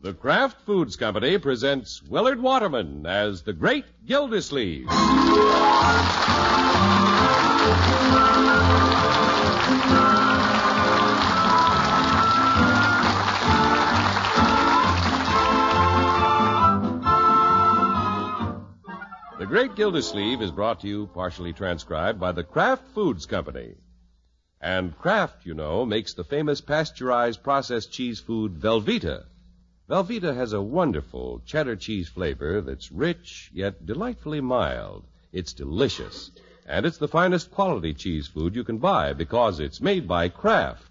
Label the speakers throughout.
Speaker 1: The Kraft Foods Company presents Willard Waterman as the Great Gildersleeve. The Great Gildersleeve is brought to you, partially transcribed, by the Kraft Foods Company. And Kraft, you know, makes the famous pasteurized processed cheese food Velveeta. Velveeta has a wonderful cheddar cheese flavor that's rich yet delightfully mild. It's delicious. And it's the finest quality cheese food you can buy because it's made by Kraft,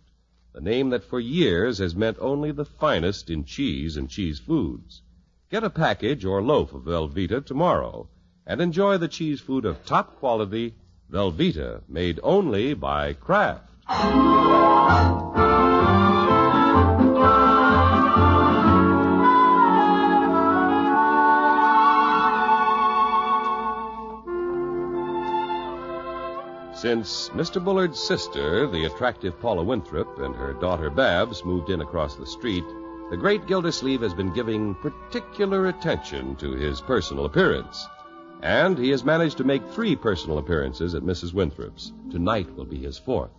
Speaker 1: the name that for years has meant only the finest in cheese and cheese foods. Get a package or loaf of Velveeta tomorrow and enjoy the cheese food of top quality Velveeta, made only by Kraft. Since Mr. Bullard's sister, the attractive Paula Winthrop, and her daughter Babs moved in across the street, the great Gildersleeve has been giving particular attention to his personal appearance. And he has managed to make three personal appearances at Mrs. Winthrop's. Tonight will be his fourth.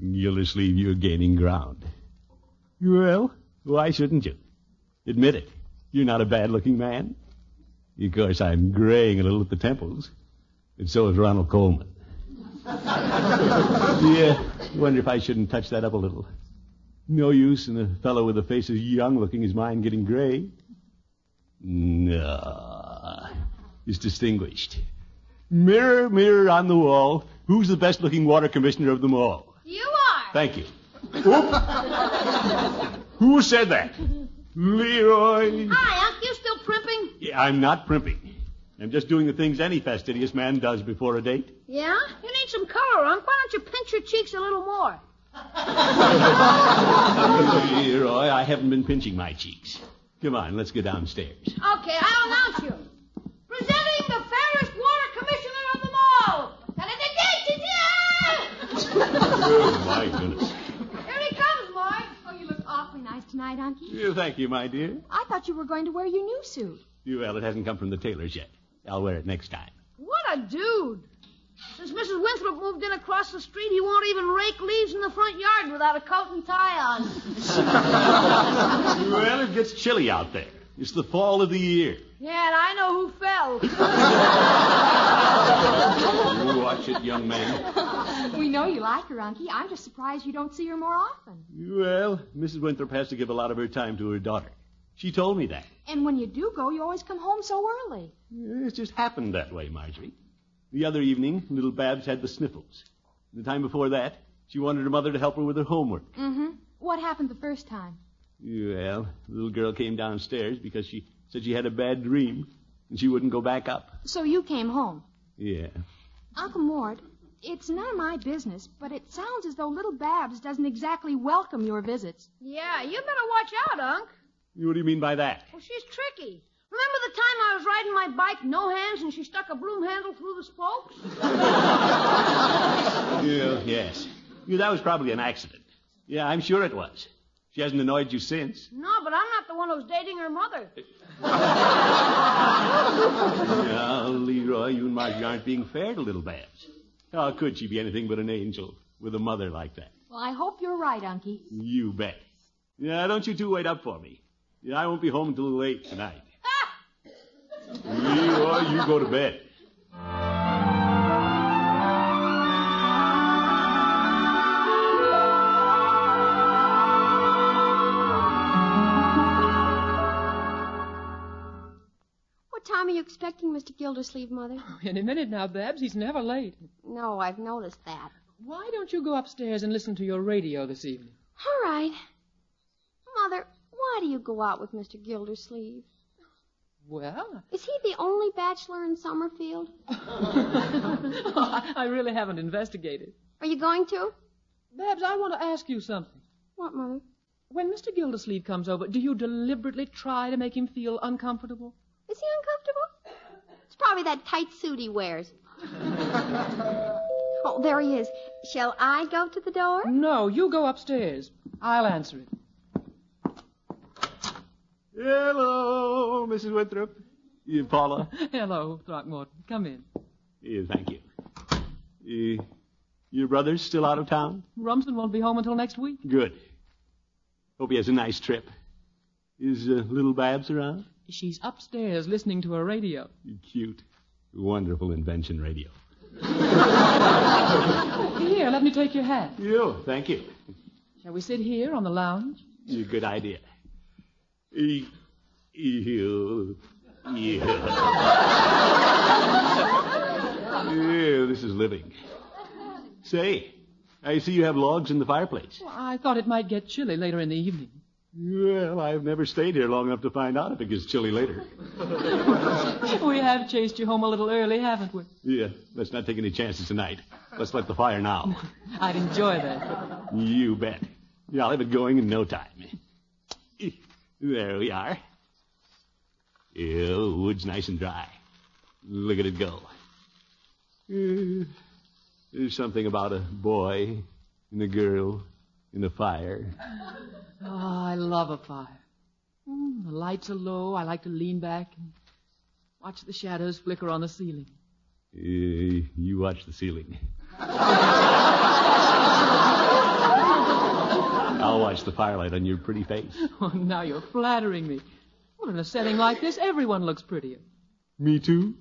Speaker 2: Gildersleeve, you're gaining ground. Well, why shouldn't you? Admit it. You're not a bad looking man. Of course, I'm graying a little at the temples. And so is Ronald Coleman. yeah, wonder if I shouldn't touch that up a little. No use in a fellow with a face as young looking as mine getting gray. No. It's distinguished. Mirror, mirror on the wall, who's the best looking water commissioner of them all?
Speaker 3: You are.
Speaker 2: Thank you. Oop. Who said that? Leroy.
Speaker 3: Hi, Unc. You still primping?
Speaker 2: Yeah, I'm not primping. I'm just doing the things any fastidious man does before a date.
Speaker 3: Yeah? You need some color, Unc. Why don't you pinch your cheeks a little more?
Speaker 2: Leroy, I haven't been pinching my cheeks. Come on, let's go downstairs.
Speaker 3: Okay, I'll announce you. Presenting the fairest water commissioner of them all. Ta-da-da-da-da-da!
Speaker 2: Oh, my goodness.
Speaker 3: Here he comes, Lloyd. Oh, you look awfully nice tonight, Unky.
Speaker 2: Yeah, thank you, my dear.
Speaker 4: I thought you were going to wear your new suit.
Speaker 2: Well, it hasn't come from the tailor's yet. I'll wear it next time.
Speaker 3: What a dude. Since Mrs. Winthrop moved in across the street, he won't even rake leaves in the front yard without a coat and tie on.
Speaker 2: Well, it gets chilly out there. It's the fall of the year.
Speaker 3: Yeah, and I know who fell.
Speaker 2: Oh, watch it, young man.
Speaker 4: We know you like her, Unky. I'm just surprised you don't see her more often.
Speaker 2: Well, Mrs. Winthrop has to give a lot of her time to her daughter. She told me that.
Speaker 4: And when you do go, you always come home so early.
Speaker 2: It just happened that way, Marjorie. The other evening, little Babs had the sniffles. The time before that, she wanted her mother to help her with her homework.
Speaker 4: What happened the first time?
Speaker 2: Well, the little girl came downstairs because she said she had a bad dream and she wouldn't go back up.
Speaker 4: So you came home.
Speaker 2: Yeah.
Speaker 4: Uncle Mort, it's none of my business, but it sounds as though little Babs doesn't exactly welcome your visits.
Speaker 3: yeah, you better watch out, Unc.
Speaker 2: What do you mean by that?
Speaker 3: Well, she's tricky. Remember the time I was riding my bike no hands and she stuck a broom handle through the spokes?
Speaker 2: Yeah, yes. Yeah, that was probably an accident. Yeah, I'm sure it was. She hasn't annoyed you since.
Speaker 3: No, but I'm not the one who's dating her mother.
Speaker 2: Now, Leroy, you and Marjorie aren't being fair to little Babs. How could she be anything but an angel with a mother like that?
Speaker 4: Well, I hope you're right, Unky.
Speaker 2: You bet. Yeah, don't you two wait up for me. Yeah, I won't be home until late tonight. Leroy, you go to bed.
Speaker 4: What time are you expecting Mr. Gildersleeve, Mother?
Speaker 5: Any minute now, Babs. He's never late.
Speaker 4: No, I've noticed that.
Speaker 5: Why don't you go upstairs and listen to your radio this evening?
Speaker 4: All right. Mother, why do you go out with Mr. Gildersleeve?
Speaker 5: Well,
Speaker 4: Is he the only bachelor in Summerfield?
Speaker 5: I really haven't investigated.
Speaker 4: Are you going to?
Speaker 5: Babs, I want to ask you something.
Speaker 4: What, Mother?
Speaker 5: When Mr. Gildersleeve comes over, do you deliberately try to make him feel uncomfortable?
Speaker 4: Is he uncomfortable? It's probably that tight suit he wears. oh, there he is. Shall I go to the door?
Speaker 5: No, you go upstairs. I'll answer it.
Speaker 2: Hello, Mrs. Winthrop. You, Paula.
Speaker 5: Hello, Throckmorton. Come in.
Speaker 2: Yeah, thank you. Uh, your brother's still out of town?
Speaker 5: Rumson won't be home until next week.
Speaker 2: Good. Hope he has a nice trip. Is uh, little Babs around?
Speaker 5: She's upstairs listening to her radio.
Speaker 2: Cute. Wonderful invention, radio.
Speaker 5: Here, let me take your hat.
Speaker 2: You, thank you.
Speaker 5: Shall we sit here on the lounge?
Speaker 2: It's a good idea. E- Ew. Ew. Ew, this is living. Say, I see you have logs in the fireplace.
Speaker 5: I thought it might get chilly later in the evening.
Speaker 2: Well, I've never stayed here long enough to find out if it gets chilly later.
Speaker 5: We have chased you home a little early, haven't we?
Speaker 2: Yeah, let's not take any chances tonight. Let's let the fire now.
Speaker 5: I'd enjoy that.
Speaker 2: You bet. Yeah, I'll have it going in no time. There we are. Ew, wood's nice and dry. Look at it go. Eh, There's something about a boy and a girl and a fire.
Speaker 5: Oh, I love a fire. Mm, the lights are low. I like to lean back and watch the shadows flicker on the ceiling.
Speaker 2: Eh, you watch the ceiling. I'll watch the firelight on your pretty face.
Speaker 5: Oh, now you're flattering me. Well, in a setting like this, everyone looks prettier.
Speaker 2: Me too?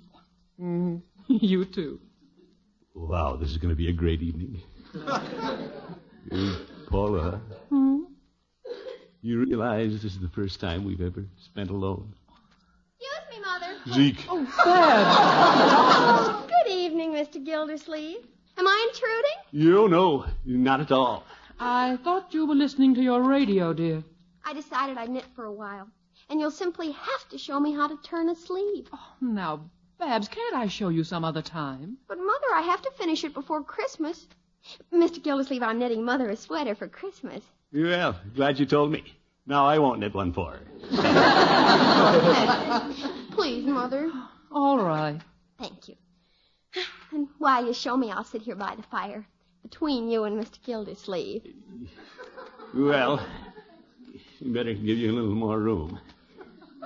Speaker 5: you too.
Speaker 2: Wow, this is going to be a great evening. Uh, Paula, you realize this is the first time we've ever spent alone.
Speaker 6: Excuse me, Mother.
Speaker 2: Zeke,
Speaker 5: Bad.
Speaker 6: Good evening, Mr. Gildersleeve. Am I intruding?
Speaker 2: you know, not at all.
Speaker 5: I thought you were listening to your radio, dear.
Speaker 6: I decided I'd knit for a while, and you'll simply have to show me how to turn a sleeve.
Speaker 5: Now, Babs, can't I show you some other time?
Speaker 6: But, Mother, I have to finish it before Christmas. Mr. Gildersleeve, I'm knitting Mother a sweater for Christmas.
Speaker 2: Well, glad you told me. Now I won't knit one for her.
Speaker 6: Please, Mother.
Speaker 5: All right.
Speaker 6: Thank you. And while you show me, I'll sit here by the fire, between you and Mr. Gildersleeve.
Speaker 2: Well, you better give you a little more room.
Speaker 6: Isn't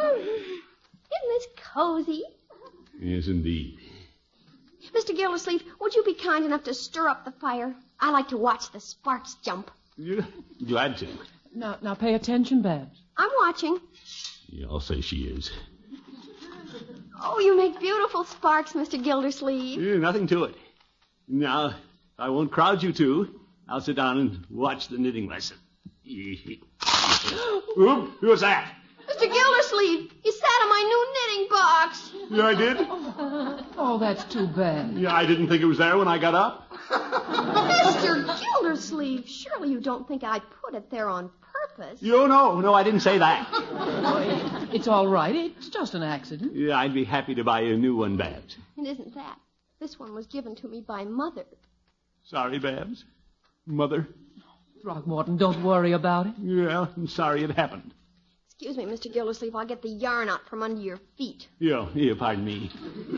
Speaker 6: this cozy?
Speaker 2: Yes, indeed.
Speaker 6: Mr. Gildersleeve, would you be kind enough to stir up the fire? I like to watch the sparks jump.
Speaker 2: Yeah, glad to.
Speaker 5: Now, now pay attention, Babs.
Speaker 6: I'm watching.
Speaker 2: Yeah, I'll say she is.
Speaker 6: Oh, you make beautiful sparks, Mr. Gildersleeve.
Speaker 2: Yeah, Eh, nothing to it. Now, I won't crowd you two. I'll sit down and watch the knitting lesson. Oop, who was that?
Speaker 6: Mr. Gildersleeve, you sat on my new knitting box.
Speaker 2: Yeah, I did.
Speaker 5: Oh, that's too bad.
Speaker 2: Yeah, I didn't think it was there when I got up.
Speaker 6: Mr. Gildersleeve, surely you don't think I put it there on purpose.
Speaker 2: You know, no, I didn't say that.
Speaker 5: It's all right. It's just an accident.
Speaker 2: Yeah, I'd be happy to buy you a new one, Babs.
Speaker 6: It isn't that. This one was given to me by Mother.
Speaker 2: Sorry, Babs. Mother.
Speaker 5: Throckmorton, don't worry about it.
Speaker 2: Yeah, I'm sorry it happened.
Speaker 6: Excuse me, Mr. Gildersleeve, I'll get the yarn out from under your feet.
Speaker 2: Yeah, yeah, pardon me.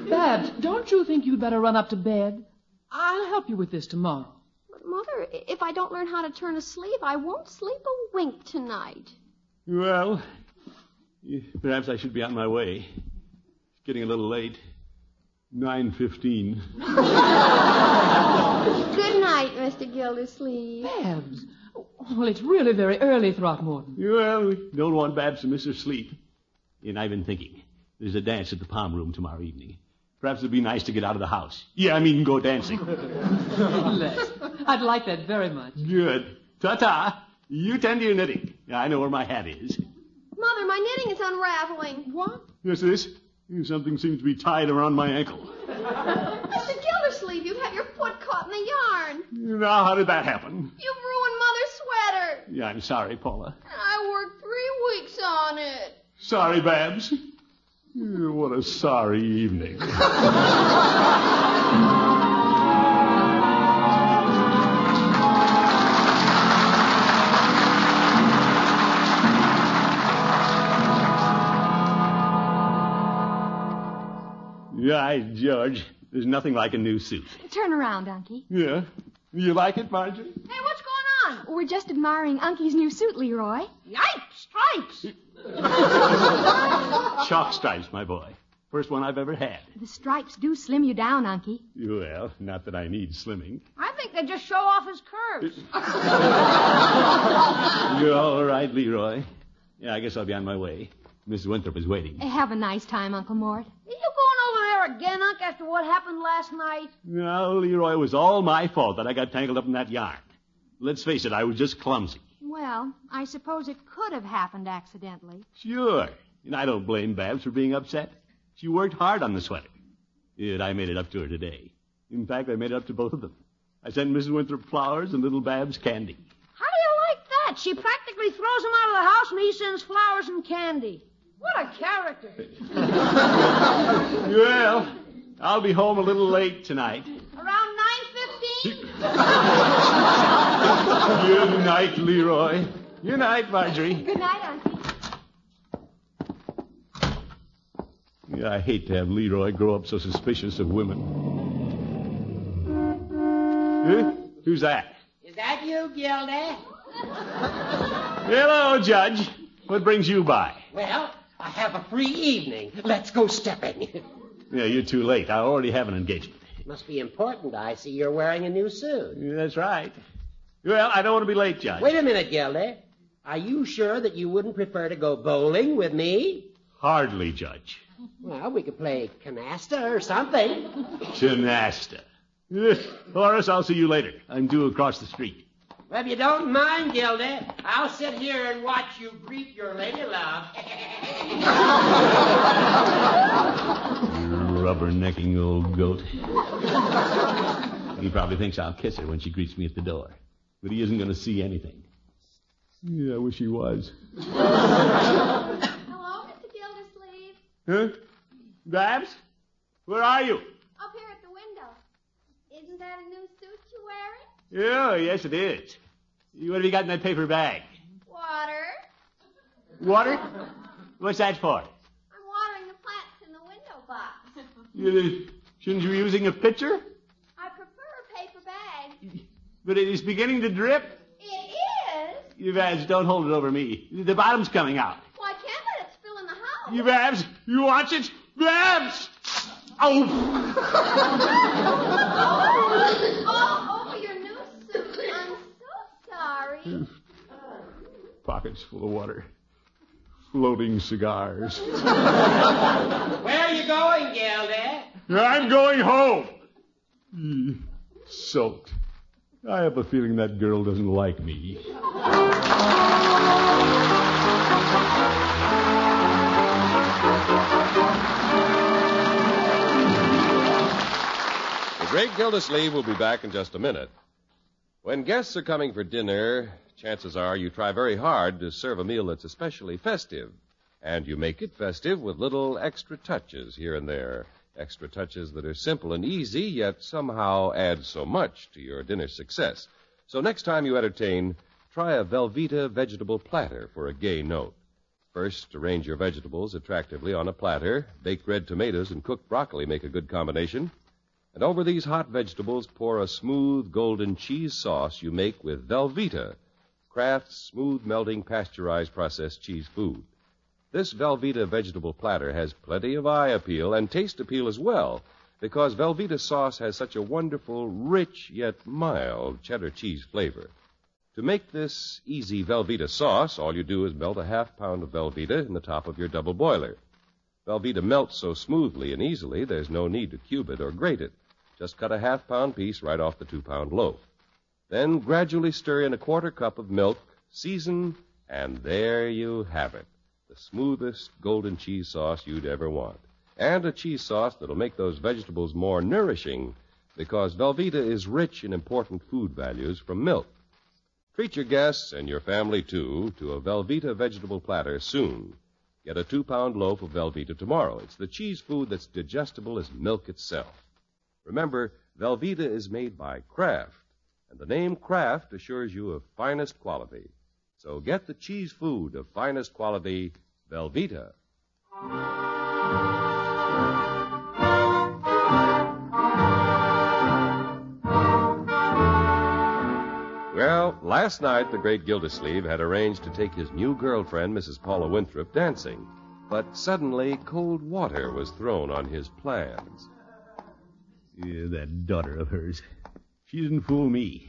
Speaker 5: Babs, don't you think you'd better run up to bed? I'll help you with this tomorrow.
Speaker 6: But, Mother, i- if I don't learn how to turn a sleeve, I won't sleep a wink tonight.
Speaker 2: Well, eh, perhaps I should be on my way. It's getting a little late. 9.15.
Speaker 6: Good night, Mr. Gildersleeve.
Speaker 5: Babs. Well, it's really very early, Throckmorton.
Speaker 2: Well, we don't want Babs uh, to miss her sleep. And I've been thinking. There's a dance at the Palm Room tomorrow evening. Perhaps it'd be nice to get out of the house. Yeah, I mean, go dancing.
Speaker 5: Yes. I'd like that very much.
Speaker 2: Good. Ta-ta. You tend to your knitting. I know where my hat is.
Speaker 6: Mother, my knitting is unraveling.
Speaker 5: What?
Speaker 2: Yes, this. Something seems to be tied around my ankle.
Speaker 6: Mr. Gildersleeve, you have your foot caught in the yarn.
Speaker 2: Now, how did that happen?
Speaker 6: You've ruined Mother's sweater.
Speaker 2: Yeah, I'm sorry, Paula.
Speaker 6: And I worked three weeks on it.
Speaker 2: Sorry, Babs. Eh, What a sorry evening. Yeah, George, there's nothing like a new suit.
Speaker 4: Turn around, Unky.
Speaker 2: Yeah. You like it, Marjorie?
Speaker 3: Hey, what's going on?
Speaker 4: We're just admiring Unky's new suit, Leroy.
Speaker 3: Yipes, stripes.
Speaker 2: Chalk stripes, my boy. First one I've ever had.
Speaker 4: The stripes do slim you down, Unky.
Speaker 2: Well, not that I need slimming.
Speaker 3: I think they just show off his curves.
Speaker 2: You're all right, Leroy. Yeah, I guess I'll be on my way. Mrs. Winthrop is waiting.
Speaker 4: Have a nice time, Uncle Mort.
Speaker 3: Are you going over there again, Unc, after what happened last night?
Speaker 2: Now, Leroy, it was all my fault that I got tangled up in that yarn. Let's face it, I was just clumsy.
Speaker 4: Well, I suppose it could have happened accidentally.
Speaker 2: Sure. And I don't blame Babs for being upset. She worked hard on the sweater. And I made it up to her today. In fact, I made it up to both of them. I sent Mrs. Winthrop flowers and little Babs candy.
Speaker 3: How do you like that? She practically throws him out of the house and he sends flowers and candy. What a character.
Speaker 2: Well, I'll be home a little late tonight.
Speaker 3: Around 9.15?
Speaker 2: Good night, Leroy. Good night, Marjorie.
Speaker 4: Good night, Unky.
Speaker 2: Yeah, I hate to have Leroy grow up so suspicious of women. Huh? Who's that?
Speaker 7: Is that you, Gilda?
Speaker 2: Hello, Judge. What brings you by?
Speaker 7: Well, I have a free evening. Let's go stepping.
Speaker 2: Yeah, you're too late. I already have an engagement.
Speaker 7: Must be important. I see you're wearing a new suit.
Speaker 2: Yeah, That's right. Well, I don't want to be late, Judge.
Speaker 7: Wait a minute, Gilda. Are you sure that you wouldn't prefer to go bowling with me?
Speaker 2: Hardly, Judge.
Speaker 7: Well, we could play canasta or something.
Speaker 2: Canasta. Ugh. Horace, I'll see you later. I'm due across the street.
Speaker 7: Well, if you don't mind, Gilda, I'll sit here and watch you greet your lady love.
Speaker 2: Rubbernecking old goat. he probably thinks I'll kiss her when she greets me at the door. But he isn't going to see anything. Yeah, I wish he was.
Speaker 6: Hello, Mr. Gildersleeve.
Speaker 2: Huh? Babs? Where are you?
Speaker 6: Up here at the window. Isn't that a new suit you're wearing?
Speaker 2: Oh, yes, it is. What have you got in that paper bag?
Speaker 6: Water.
Speaker 2: Water? What's that for?
Speaker 6: I'm watering the plants in the window box.
Speaker 2: You- Shouldn't you be using a pitcher?
Speaker 6: I prefer a paper bag.
Speaker 2: But it is beginning to drip.
Speaker 6: It is.
Speaker 2: You Babs, don't hold it over me. The bottom's coming out.
Speaker 6: Why can't I let it spill in the house?
Speaker 2: You Babs, you watch it. Babs! Oh!
Speaker 6: All over your new suit. I'm so sorry.
Speaker 2: Pockets full of water. Floating cigars.
Speaker 7: Where are you going, Gilda?
Speaker 2: I'm going home. Mm, Soaked. I have a feeling that girl doesn't like me.
Speaker 1: The great Gildersleeve will be back in just a minute. When guests are coming for dinner, chances are you try very hard to serve a meal that's especially festive. And you make it festive with little extra touches here and there. Extra touches that are simple and easy, yet somehow add so much to your dinner's success. So next time you entertain, try a Velveeta vegetable platter for a gay note. First, arrange your vegetables attractively on a platter. Baked red tomatoes and cooked broccoli make a good combination. And over these hot vegetables, pour a smooth golden cheese sauce you make with Velveeta, Kraft's smooth melting pasteurized processed cheese food. This Velveeta vegetable platter has plenty of eye appeal and taste appeal as well, because Velveeta sauce has such a wonderful, rich yet mild cheddar cheese flavor. To make this easy Velveeta sauce, all you do is melt a half pound of Velveeta in the top of your double boiler. Velveeta melts so smoothly and easily, there's no need to cube it or grate it. Just cut a half pound piece right off the two pound loaf. Then gradually stir in a quarter cup of milk, season, and there you have it. The smoothest golden cheese sauce you'd ever want. And a cheese sauce that'll make those vegetables more nourishing because Velveeta is rich in important food values from milk. Treat your guests and your family, too, to a Velveeta vegetable platter soon. Get a two pound loaf of Velveeta tomorrow. It's the cheese food that's digestible as milk itself. Remember, Velveeta is made by Kraft, and the name Kraft assures you of finest quality. So get the cheese food of finest quality, Velveeta. Well, last night the great Gildersleeve had arranged to take his new girlfriend, Mrs. Paula Winthrop, dancing. But suddenly, cold water was thrown on his plans.
Speaker 2: Yeah, that daughter of hers. She didn't fool me.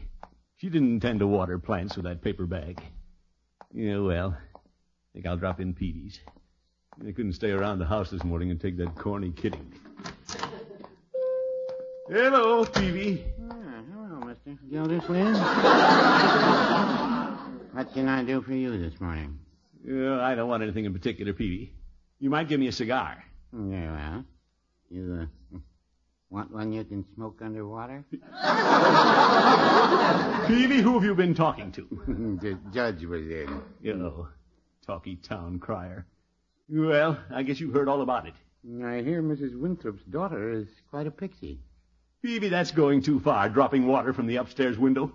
Speaker 2: She didn't intend to water plants with that paper bag. Yeah, well, I think I'll drop in Peavy's. I couldn't stay around the house this morning and take that corny kidding. Hello, Peavy.
Speaker 7: Hello, Mr. Gildersleeve. what can I do for you this morning?
Speaker 2: Uh, I don't want anything in particular, Peavy. You might give me a cigar.
Speaker 7: Very well. You uh, want one you can smoke underwater?
Speaker 2: Peavy, who have you been talking to?
Speaker 7: the judge was in.
Speaker 2: You know, talky town crier. Well, I guess you heard all about it.
Speaker 7: I hear Mrs. Winthrop's daughter is quite a pixie.
Speaker 2: Peavy, that's going too far, dropping water from the upstairs window.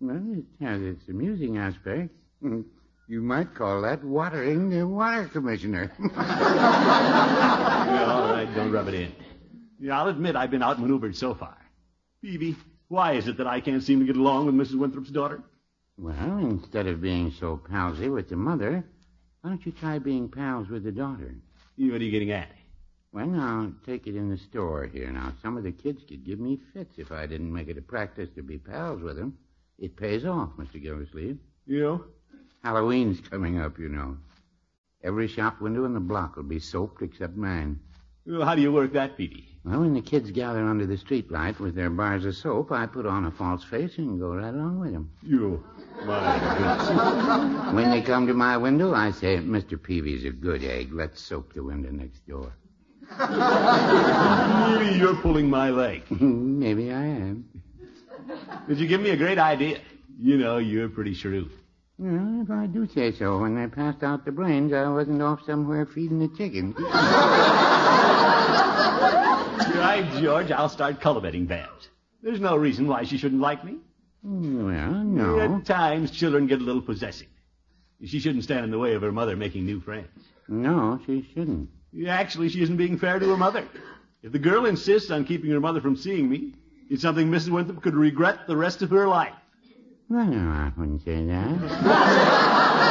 Speaker 7: Well, it has its amusing aspect. You might call that watering the water commissioner.
Speaker 2: Yeah, all right, don't rub it in. Yeah, I'll admit I've been outmaneuvered so far. Peavy, why is it that I can't seem to get along with Mrs. Winthrop's daughter?
Speaker 7: well, instead of being so palsy with the mother, why don't you try being pals with the daughter?
Speaker 2: Yeah, What are you getting at?
Speaker 7: Well, now, take it in the store here. Now, some of the kids could give me fits if I didn't make it a practice to be pals with them. It pays off, Mr. Gildersleeve.
Speaker 2: You know?
Speaker 7: Halloween's coming up, you know. Every shop window in the block will be soaped except mine.
Speaker 2: Well, how do you work that, Peavy?
Speaker 7: Well, when the kids gather under the streetlight with their bars of soap, I put on a false face and go right along with them.
Speaker 2: You. My
Speaker 7: When they come to my window, I say, Mr. Peavy's a good egg. Let's soap the window next door.
Speaker 2: Peavy, you're pulling my leg.
Speaker 7: Maybe I am.
Speaker 2: Did you give me a great idea? You know, you're pretty shrewd.
Speaker 7: Well, if I do say so, when they passed out the brains, I wasn't off somewhere feeding the chickens.
Speaker 2: Right, George, I'll start cultivating Babs. There's no reason why she shouldn't like me.
Speaker 7: Well, no.
Speaker 2: At times, children get a little possessive. She shouldn't stand in the way of her mother making new friends.
Speaker 7: No, she shouldn't.
Speaker 2: Actually, she isn't being fair to her mother. If the girl insists on keeping her mother from seeing me, it's something Mrs. Winthrop could regret the rest of her life.
Speaker 7: Well, no, I wouldn't say that.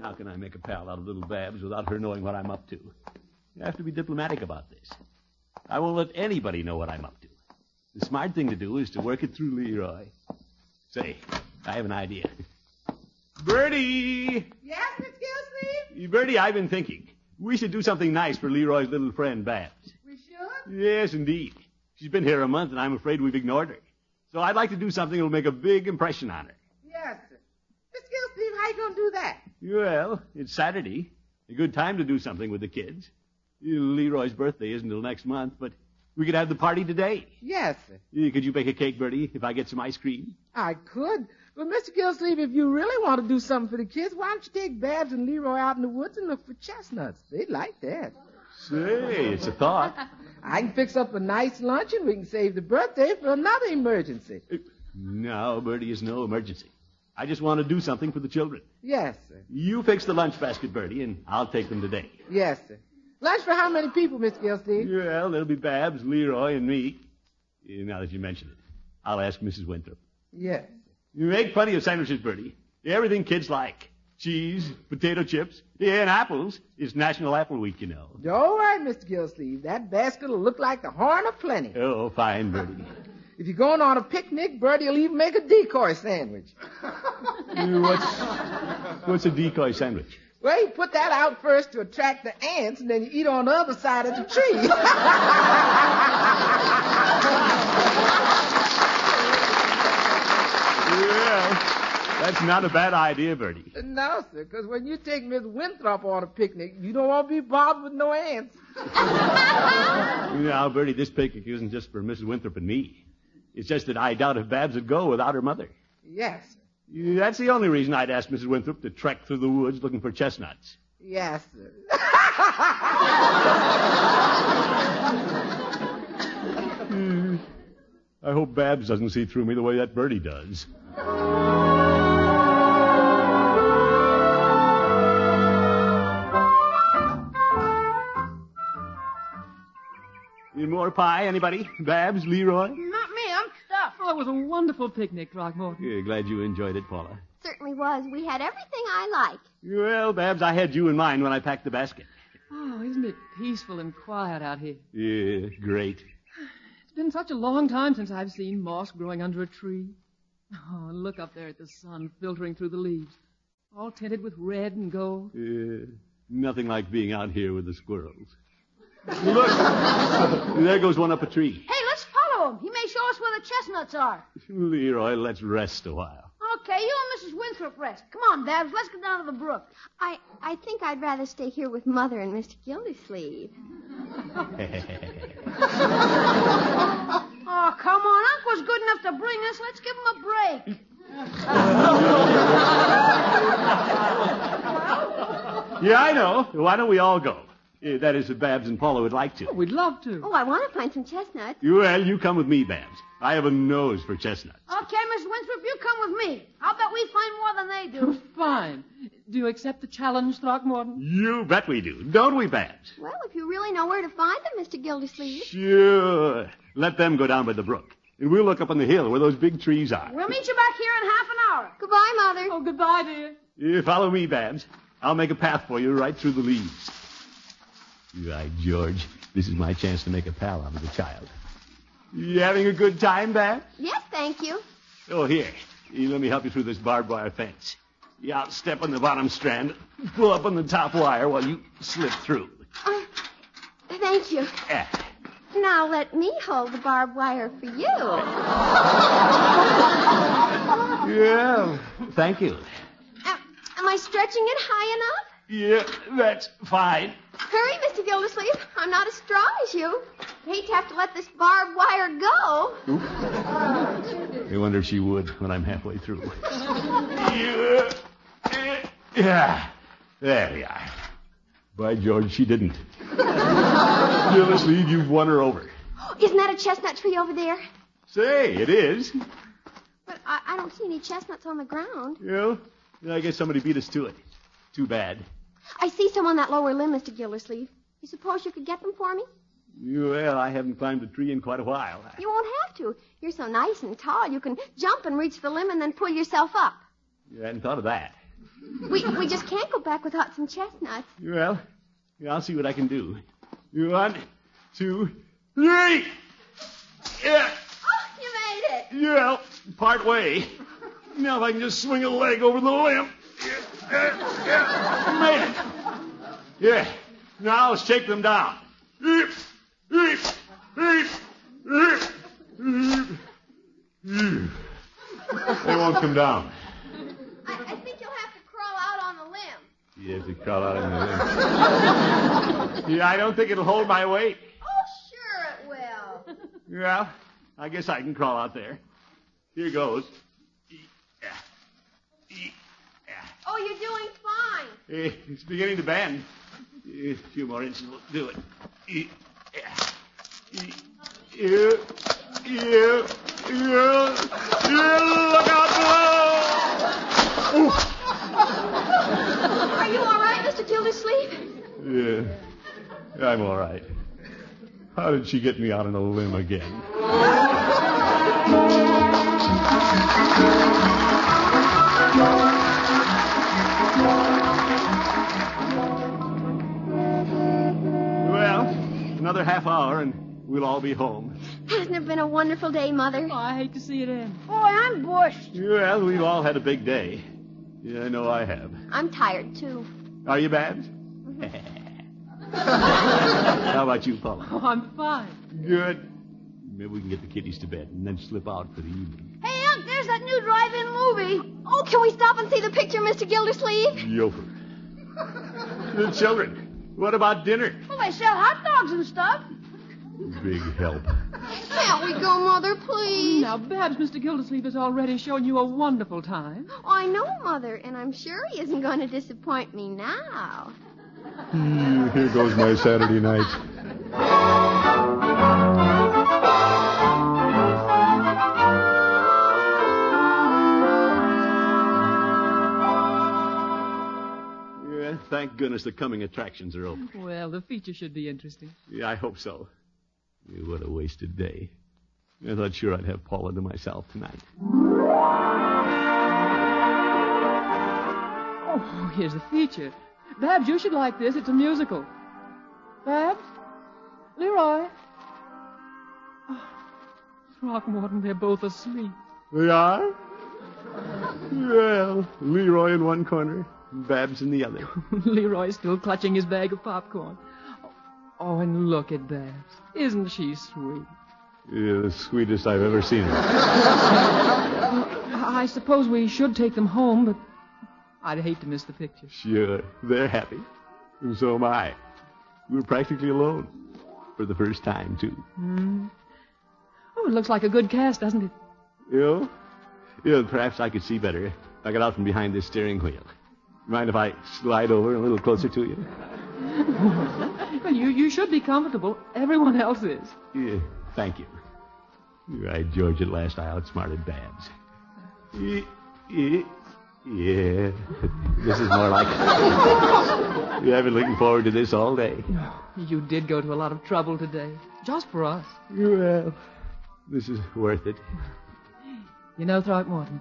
Speaker 2: How can I make a pal out of little Babs without her knowing what I'm up to? I have to be diplomatic about this. I won't let anybody know what I'm up to. The smart thing to do is to work it through Leroy. Say, I have an idea. Bertie!
Speaker 8: Yes, Miss Gilsleeve?
Speaker 2: Bertie, I've been thinking. We should do something nice for Leroy's little friend, Babs.
Speaker 8: We should?
Speaker 2: Yes, indeed. She's been here a month, and I'm afraid we've ignored her. So I'd like to do something that'll make a big impression on her.
Speaker 8: Yes, sir. Miss Gilsleeve, how you gonna do that?
Speaker 2: Well, it's Saturday. A good time to do something with the kids. Leroy's birthday isn't till next month, but we could have the party today.
Speaker 8: Yes, sir.
Speaker 2: Eh, Could you bake a cake, Bertie, if I get some ice cream?
Speaker 8: I could. But Mr. Gilsleeve, if you really want to do something for the kids, why don't you take Babs and Leroy out in the woods and look for chestnuts? They'd like that.
Speaker 2: Say, it's a thought.
Speaker 8: I can fix up a nice lunch and we can save the birthday for another emergency.
Speaker 2: No, Bertie, it's no emergency. I just want to do something for the children.
Speaker 8: Yes, sir.
Speaker 2: You fix the lunch basket, Bertie, and I'll take them today.
Speaker 8: Yes, sir. Lunch for how many people, Miss Gilsleeve?
Speaker 2: Well, there'll be Babs, Leroy, and me. Eh, Now that you mention it, I'll ask Mrs. Winthrop.
Speaker 8: Yes.
Speaker 2: You make plenty of sandwiches, Bertie. Everything kids like. Cheese, potato chips, yeah, and apples. It's National Apple Week, you know.
Speaker 8: All right, Mr. Gilsleeve. That basket will look like the horn of plenty.
Speaker 2: Oh, fine, Bertie.
Speaker 8: If you're going on a picnic, Bertie will even make a decoy sandwich.
Speaker 2: Eh, what's, what's a decoy sandwich?
Speaker 8: Well, you put that out first to attract the ants, and then you eat on the other side of the tree.
Speaker 2: Well, that's not a bad idea, Bertie.
Speaker 8: no, sir, because when you take Miss Winthrop on a picnic, you don't want to be bothered with no ants.
Speaker 2: Now, Bertie, this picnic isn't just for Mrs. Winthrop and me. It's just that I doubt if Babs would go without her mother.
Speaker 8: Yes, sir.
Speaker 2: Eh, That's the only reason I'd ask Mrs. Winthrop to trek through the woods looking for chestnuts.
Speaker 8: Yes, sir.
Speaker 2: I hope Babs doesn't see through me the way that Bertie does. more pie, anybody? Babs, Leroy?
Speaker 3: Not me, I'm stuffed.
Speaker 5: Oh, it was a wonderful picnic, Throckmorton.
Speaker 2: Yeah, glad you enjoyed it, Paula.
Speaker 6: Certainly was. We had everything I liked.
Speaker 2: Well, Babs, I had you in mind when I packed the basket.
Speaker 5: Oh, isn't it peaceful and quiet out here?
Speaker 2: Yeah, great.
Speaker 5: It's been such a long time since I've seen moss growing under a tree. Oh, look up there at the sun filtering through the leaves, all tinted with red and gold.
Speaker 2: Yeah, Uh, nothing like being out here with the squirrels. Look, there goes one up a tree.
Speaker 3: Hey, let's follow him. He may show us where the chestnuts are.
Speaker 2: Leroy, let's rest a while.
Speaker 3: Okay, you and Mrs. Winthrop rest. Come on, Babs, let's get down to the brook.
Speaker 6: I, I think I'd rather stay here with Mother and Mr. Gildersleeve.
Speaker 3: Oh, come on. Unc was good enough to bring us. Let's give him a break.
Speaker 2: Yeah, I know. Why don't we all go? Eh, That is, if Babs and Paula would like to.
Speaker 5: We'd love to.
Speaker 6: Oh, I want to find some chestnuts.
Speaker 2: Well, you come with me, Babs. I have a nose for chestnuts.
Speaker 3: Okay, Miss Winthrop, you come with me. I'll bet we find more than they do.
Speaker 5: Fine. Do you accept the challenge, Throckmorton?
Speaker 2: You bet we do, don't we, Babs?
Speaker 6: Well, if you really know where to find them, Mr. Gildersleeve.
Speaker 2: Sure. Let them go down by the brook. And we'll look up on the hill where those big trees are.
Speaker 3: We'll meet you back here in half an hour.
Speaker 6: Goodbye, Mother.
Speaker 5: Oh, goodbye, dear.
Speaker 2: Eh, follow me, Babs. I'll make a path for you right through the leaves. Right, George. This is my chance to make a pal out of the child. You having a good time, Babs?
Speaker 6: Yes, thank you.
Speaker 2: Oh, here. You let me help you through this barbed wire fence. Yeah, I'll step on the bottom strand, pull up on the top wire while you slip through.
Speaker 6: Uh, thank you.
Speaker 2: Ah.
Speaker 6: Now let me hold the barbed wire for you. Uh,
Speaker 2: Yeah, thank you.
Speaker 6: Uh, am I stretching it high enough?
Speaker 2: Yeah, that's fine.
Speaker 6: Hurry, Mr. Gildersleeve. I'm not as strong as you. I hate to have to let this barbed wire go.
Speaker 2: I wonder if she would when I'm halfway through. yeah. yeah. There we are. By George, she didn't. Gildersleeve, you've won her over.
Speaker 6: Isn't that a chestnut tree over there?
Speaker 2: Say, it is.
Speaker 6: But I, I don't see any chestnuts on the ground.
Speaker 2: Well, I guess somebody beat us to it. Too bad.
Speaker 6: I see some on that lower limb, Mr. Gildersleeve. You suppose you could get them for me?
Speaker 2: Well, I haven't climbed a tree in quite a while.
Speaker 6: You won't have to. You're so nice and tall, you can jump and reach the limb and then pull yourself up.
Speaker 2: You hadn't thought of that.
Speaker 6: We, we just can't go back without some chestnuts.
Speaker 2: Well, I'll see what I can do. One, two, three. Yeah.
Speaker 6: Oh, you made it.
Speaker 2: Yeah, part way. Now if I can just swing a leg over the limb. Yeah, yeah, yeah. Made it. Yeah. Now let's take them down. Eep, eep, eep, eep, eep, eep. They won't come down.
Speaker 6: I, I think you'll have to crawl out on the limb.
Speaker 2: You have to crawl out in the limb. yeah, I don't think it'll hold my weight.
Speaker 6: Oh, sure it will.
Speaker 2: Yeah, I guess I can crawl out there. Here goes. Yeah. Yeah.
Speaker 6: Oh, you're doing fine.
Speaker 2: Eh, It's beginning to bend. Eh, A few more inches will do it. Eh, yeah. Eh, yeah, yeah, yeah, yeah, eh, Look out
Speaker 6: Are you all right, Mr. Gildersleeve?
Speaker 2: below! Yeah, I'm all right. How did she get me out on a limb again? Well, another half hour and we'll all be home.
Speaker 6: Hasn't it been a wonderful day, Mother?
Speaker 5: Oh, I hate to see it end.
Speaker 3: Boy, I'm bushed.
Speaker 2: Well, we've all had a big day. Yeah, I know I have.
Speaker 6: I'm tired, too.
Speaker 2: Are you Babs? How about you, Paula?
Speaker 5: Oh, I'm fine.
Speaker 2: Good. Maybe we can get the kiddies to bed and then slip out for the evening.
Speaker 3: Hey, Unc, there's that new drive-in movie.
Speaker 6: Oh, can we stop and see the picture, Mr. Gildersleeve?
Speaker 2: Yoper. the children. What about dinner?
Speaker 3: Well, they sell hot dogs and stuff.
Speaker 2: Big help.
Speaker 6: Can't we go, Mother, please?
Speaker 5: Now, Babs, Mr. Gildersleeve has already shown you a wonderful time.
Speaker 6: Oh, I know, Mother, and I'm sure he isn't going to disappoint me now.
Speaker 2: Here goes my Saturday night. Yeah, thank goodness the coming attractions are over.
Speaker 5: Well, the feature should be interesting.
Speaker 2: Yeah, I hope so. What a wasted day. I thought sure I'd have Paula to myself tonight.
Speaker 5: Oh, here's the feature. Babs, you should like this. It's a musical. Babs? Leroy? Oh, Throckmorton, they're both asleep.
Speaker 2: They are? Well, Leroy in one corner, Babs in the other.
Speaker 5: Leroy's still clutching his bag of popcorn. Oh, and look at Babs. Isn't she sweet?
Speaker 2: Yeah, the sweetest I've ever seen her.
Speaker 5: I I suppose we should take them home, but I'd hate to miss the picture.
Speaker 2: Sure, they're happy. And so am I. We're practically alone. For the first time, too.
Speaker 5: Oh, it looks like a good cast, doesn't it?
Speaker 2: You know? Yeah, perhaps I could see better if I got out from behind this steering wheel. Mind if I slide over a little closer to you?
Speaker 5: Well, you, you should be comfortable. Everyone else is.
Speaker 2: Yeah, thank you. You're right, George. At last I outsmarted Babs. Ye- ye- Yeah, this is more like it. Yeah, I've been looking forward to this all day.
Speaker 5: You did go to a lot of trouble today, just for us.
Speaker 2: Well, this is worth it.
Speaker 5: You know, Throckmorton,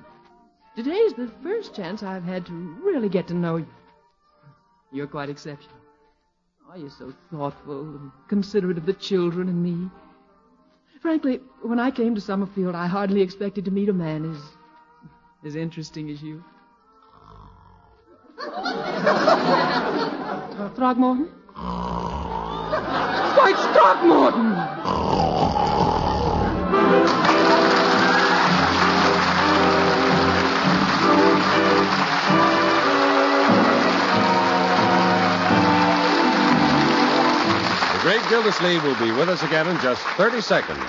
Speaker 5: today's the first chance I've had to really get to know you. You're quite exceptional. Oh, you're so thoughtful and considerate of the children and me. Frankly, when I came to Summerfield, I hardly expected to meet a man as as interesting as you. Thro- Throckmorton? Why, it's Throckmorton!
Speaker 1: The great Gildersleeve will be with us again in just 30 seconds.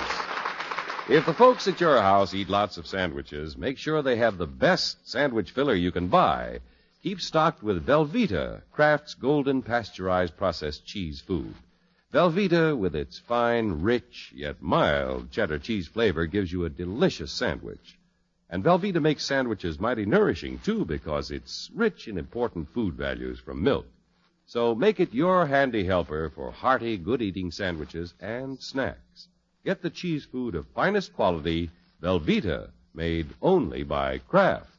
Speaker 1: If the folks at your house eat lots of sandwiches, make sure they have the best sandwich filler you can buy. Keep stocked with Velveeta, Kraft's golden pasteurized processed cheese food. Velveeta, with its fine, rich, yet mild cheddar cheese flavor, gives you a delicious sandwich. And Velveeta makes sandwiches mighty nourishing, too, because it's rich in important food values from milk. So make it your handy helper for hearty, good eating sandwiches and snacks. Get the cheese food of finest quality, Velveeta, made only by Kraft.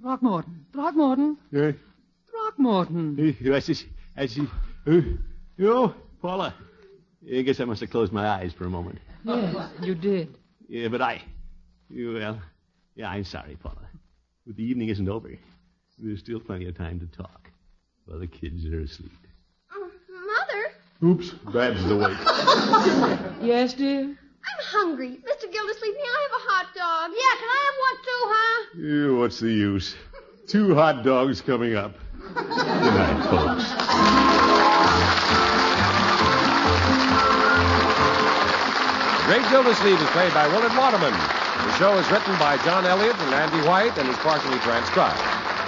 Speaker 5: Throckmorton. Throckmorton.
Speaker 2: Yeah,
Speaker 5: Throckmorton.
Speaker 2: eh, I see. I see. eh, Oh, Paula. I guess I must have closed my eyes for a moment.
Speaker 5: Yes, you did.
Speaker 2: Yeah, but I. Well, yeah, I'm sorry, Paula. But the evening isn't over. There's still plenty of time to talk while the kids are asleep.
Speaker 6: Uh, Mother,
Speaker 2: Oops, Babs is awake.
Speaker 5: Yes, dear.
Speaker 6: I'm hungry. Mr. Gildersleeve, may I have a hot dog?
Speaker 3: Yeah, can I have one too, huh?
Speaker 2: what's the use? Two hot dogs coming up. Good night, folks.
Speaker 1: Great Gildersleeve is played by Willard Waterman. The show is written by John Elliott and Andy White and is partially transcribed.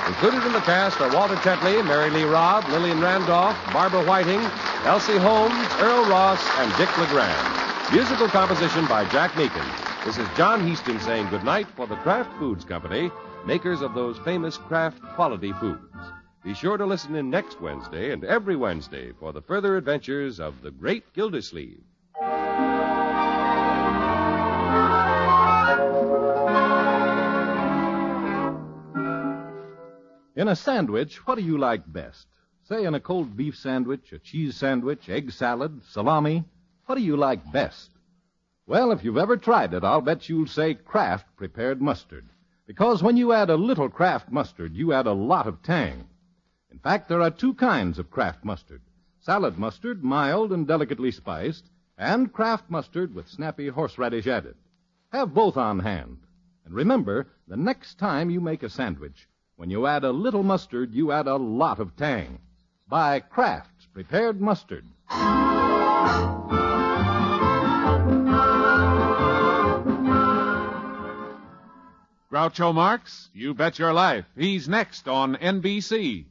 Speaker 1: Included in the cast are Walter Tetley, Mary Lee Robb, Lillian Randolph, Barbara Whiting, Elsie Holmes, Earl Ross, and Dick LeGrand. Musical composition by Jack Meakin. This is John Heaston saying goodnight for the Kraft Foods Company, makers of those famous Kraft quality foods. Be sure to listen in next Wednesday and every Wednesday for the further adventures of the Great Gildersleeve.
Speaker 9: In a sandwich, what do you like best? Say in a cold beef sandwich, a cheese sandwich, egg salad, salami. What do you like best? Well, if you've ever tried it, I'll bet you'll say Kraft prepared mustard. Because when you add a little Kraft mustard, you add a lot of tang. In fact, there are two kinds of Kraft mustard salad mustard, mild and delicately spiced, and Kraft mustard with snappy horseradish added. Have both on hand. And remember, the next time you make a sandwich, when you add a little mustard, you add a lot of tang. Buy Kraft's prepared mustard.
Speaker 10: Groucho Marx, you bet your life. He's next on NBC.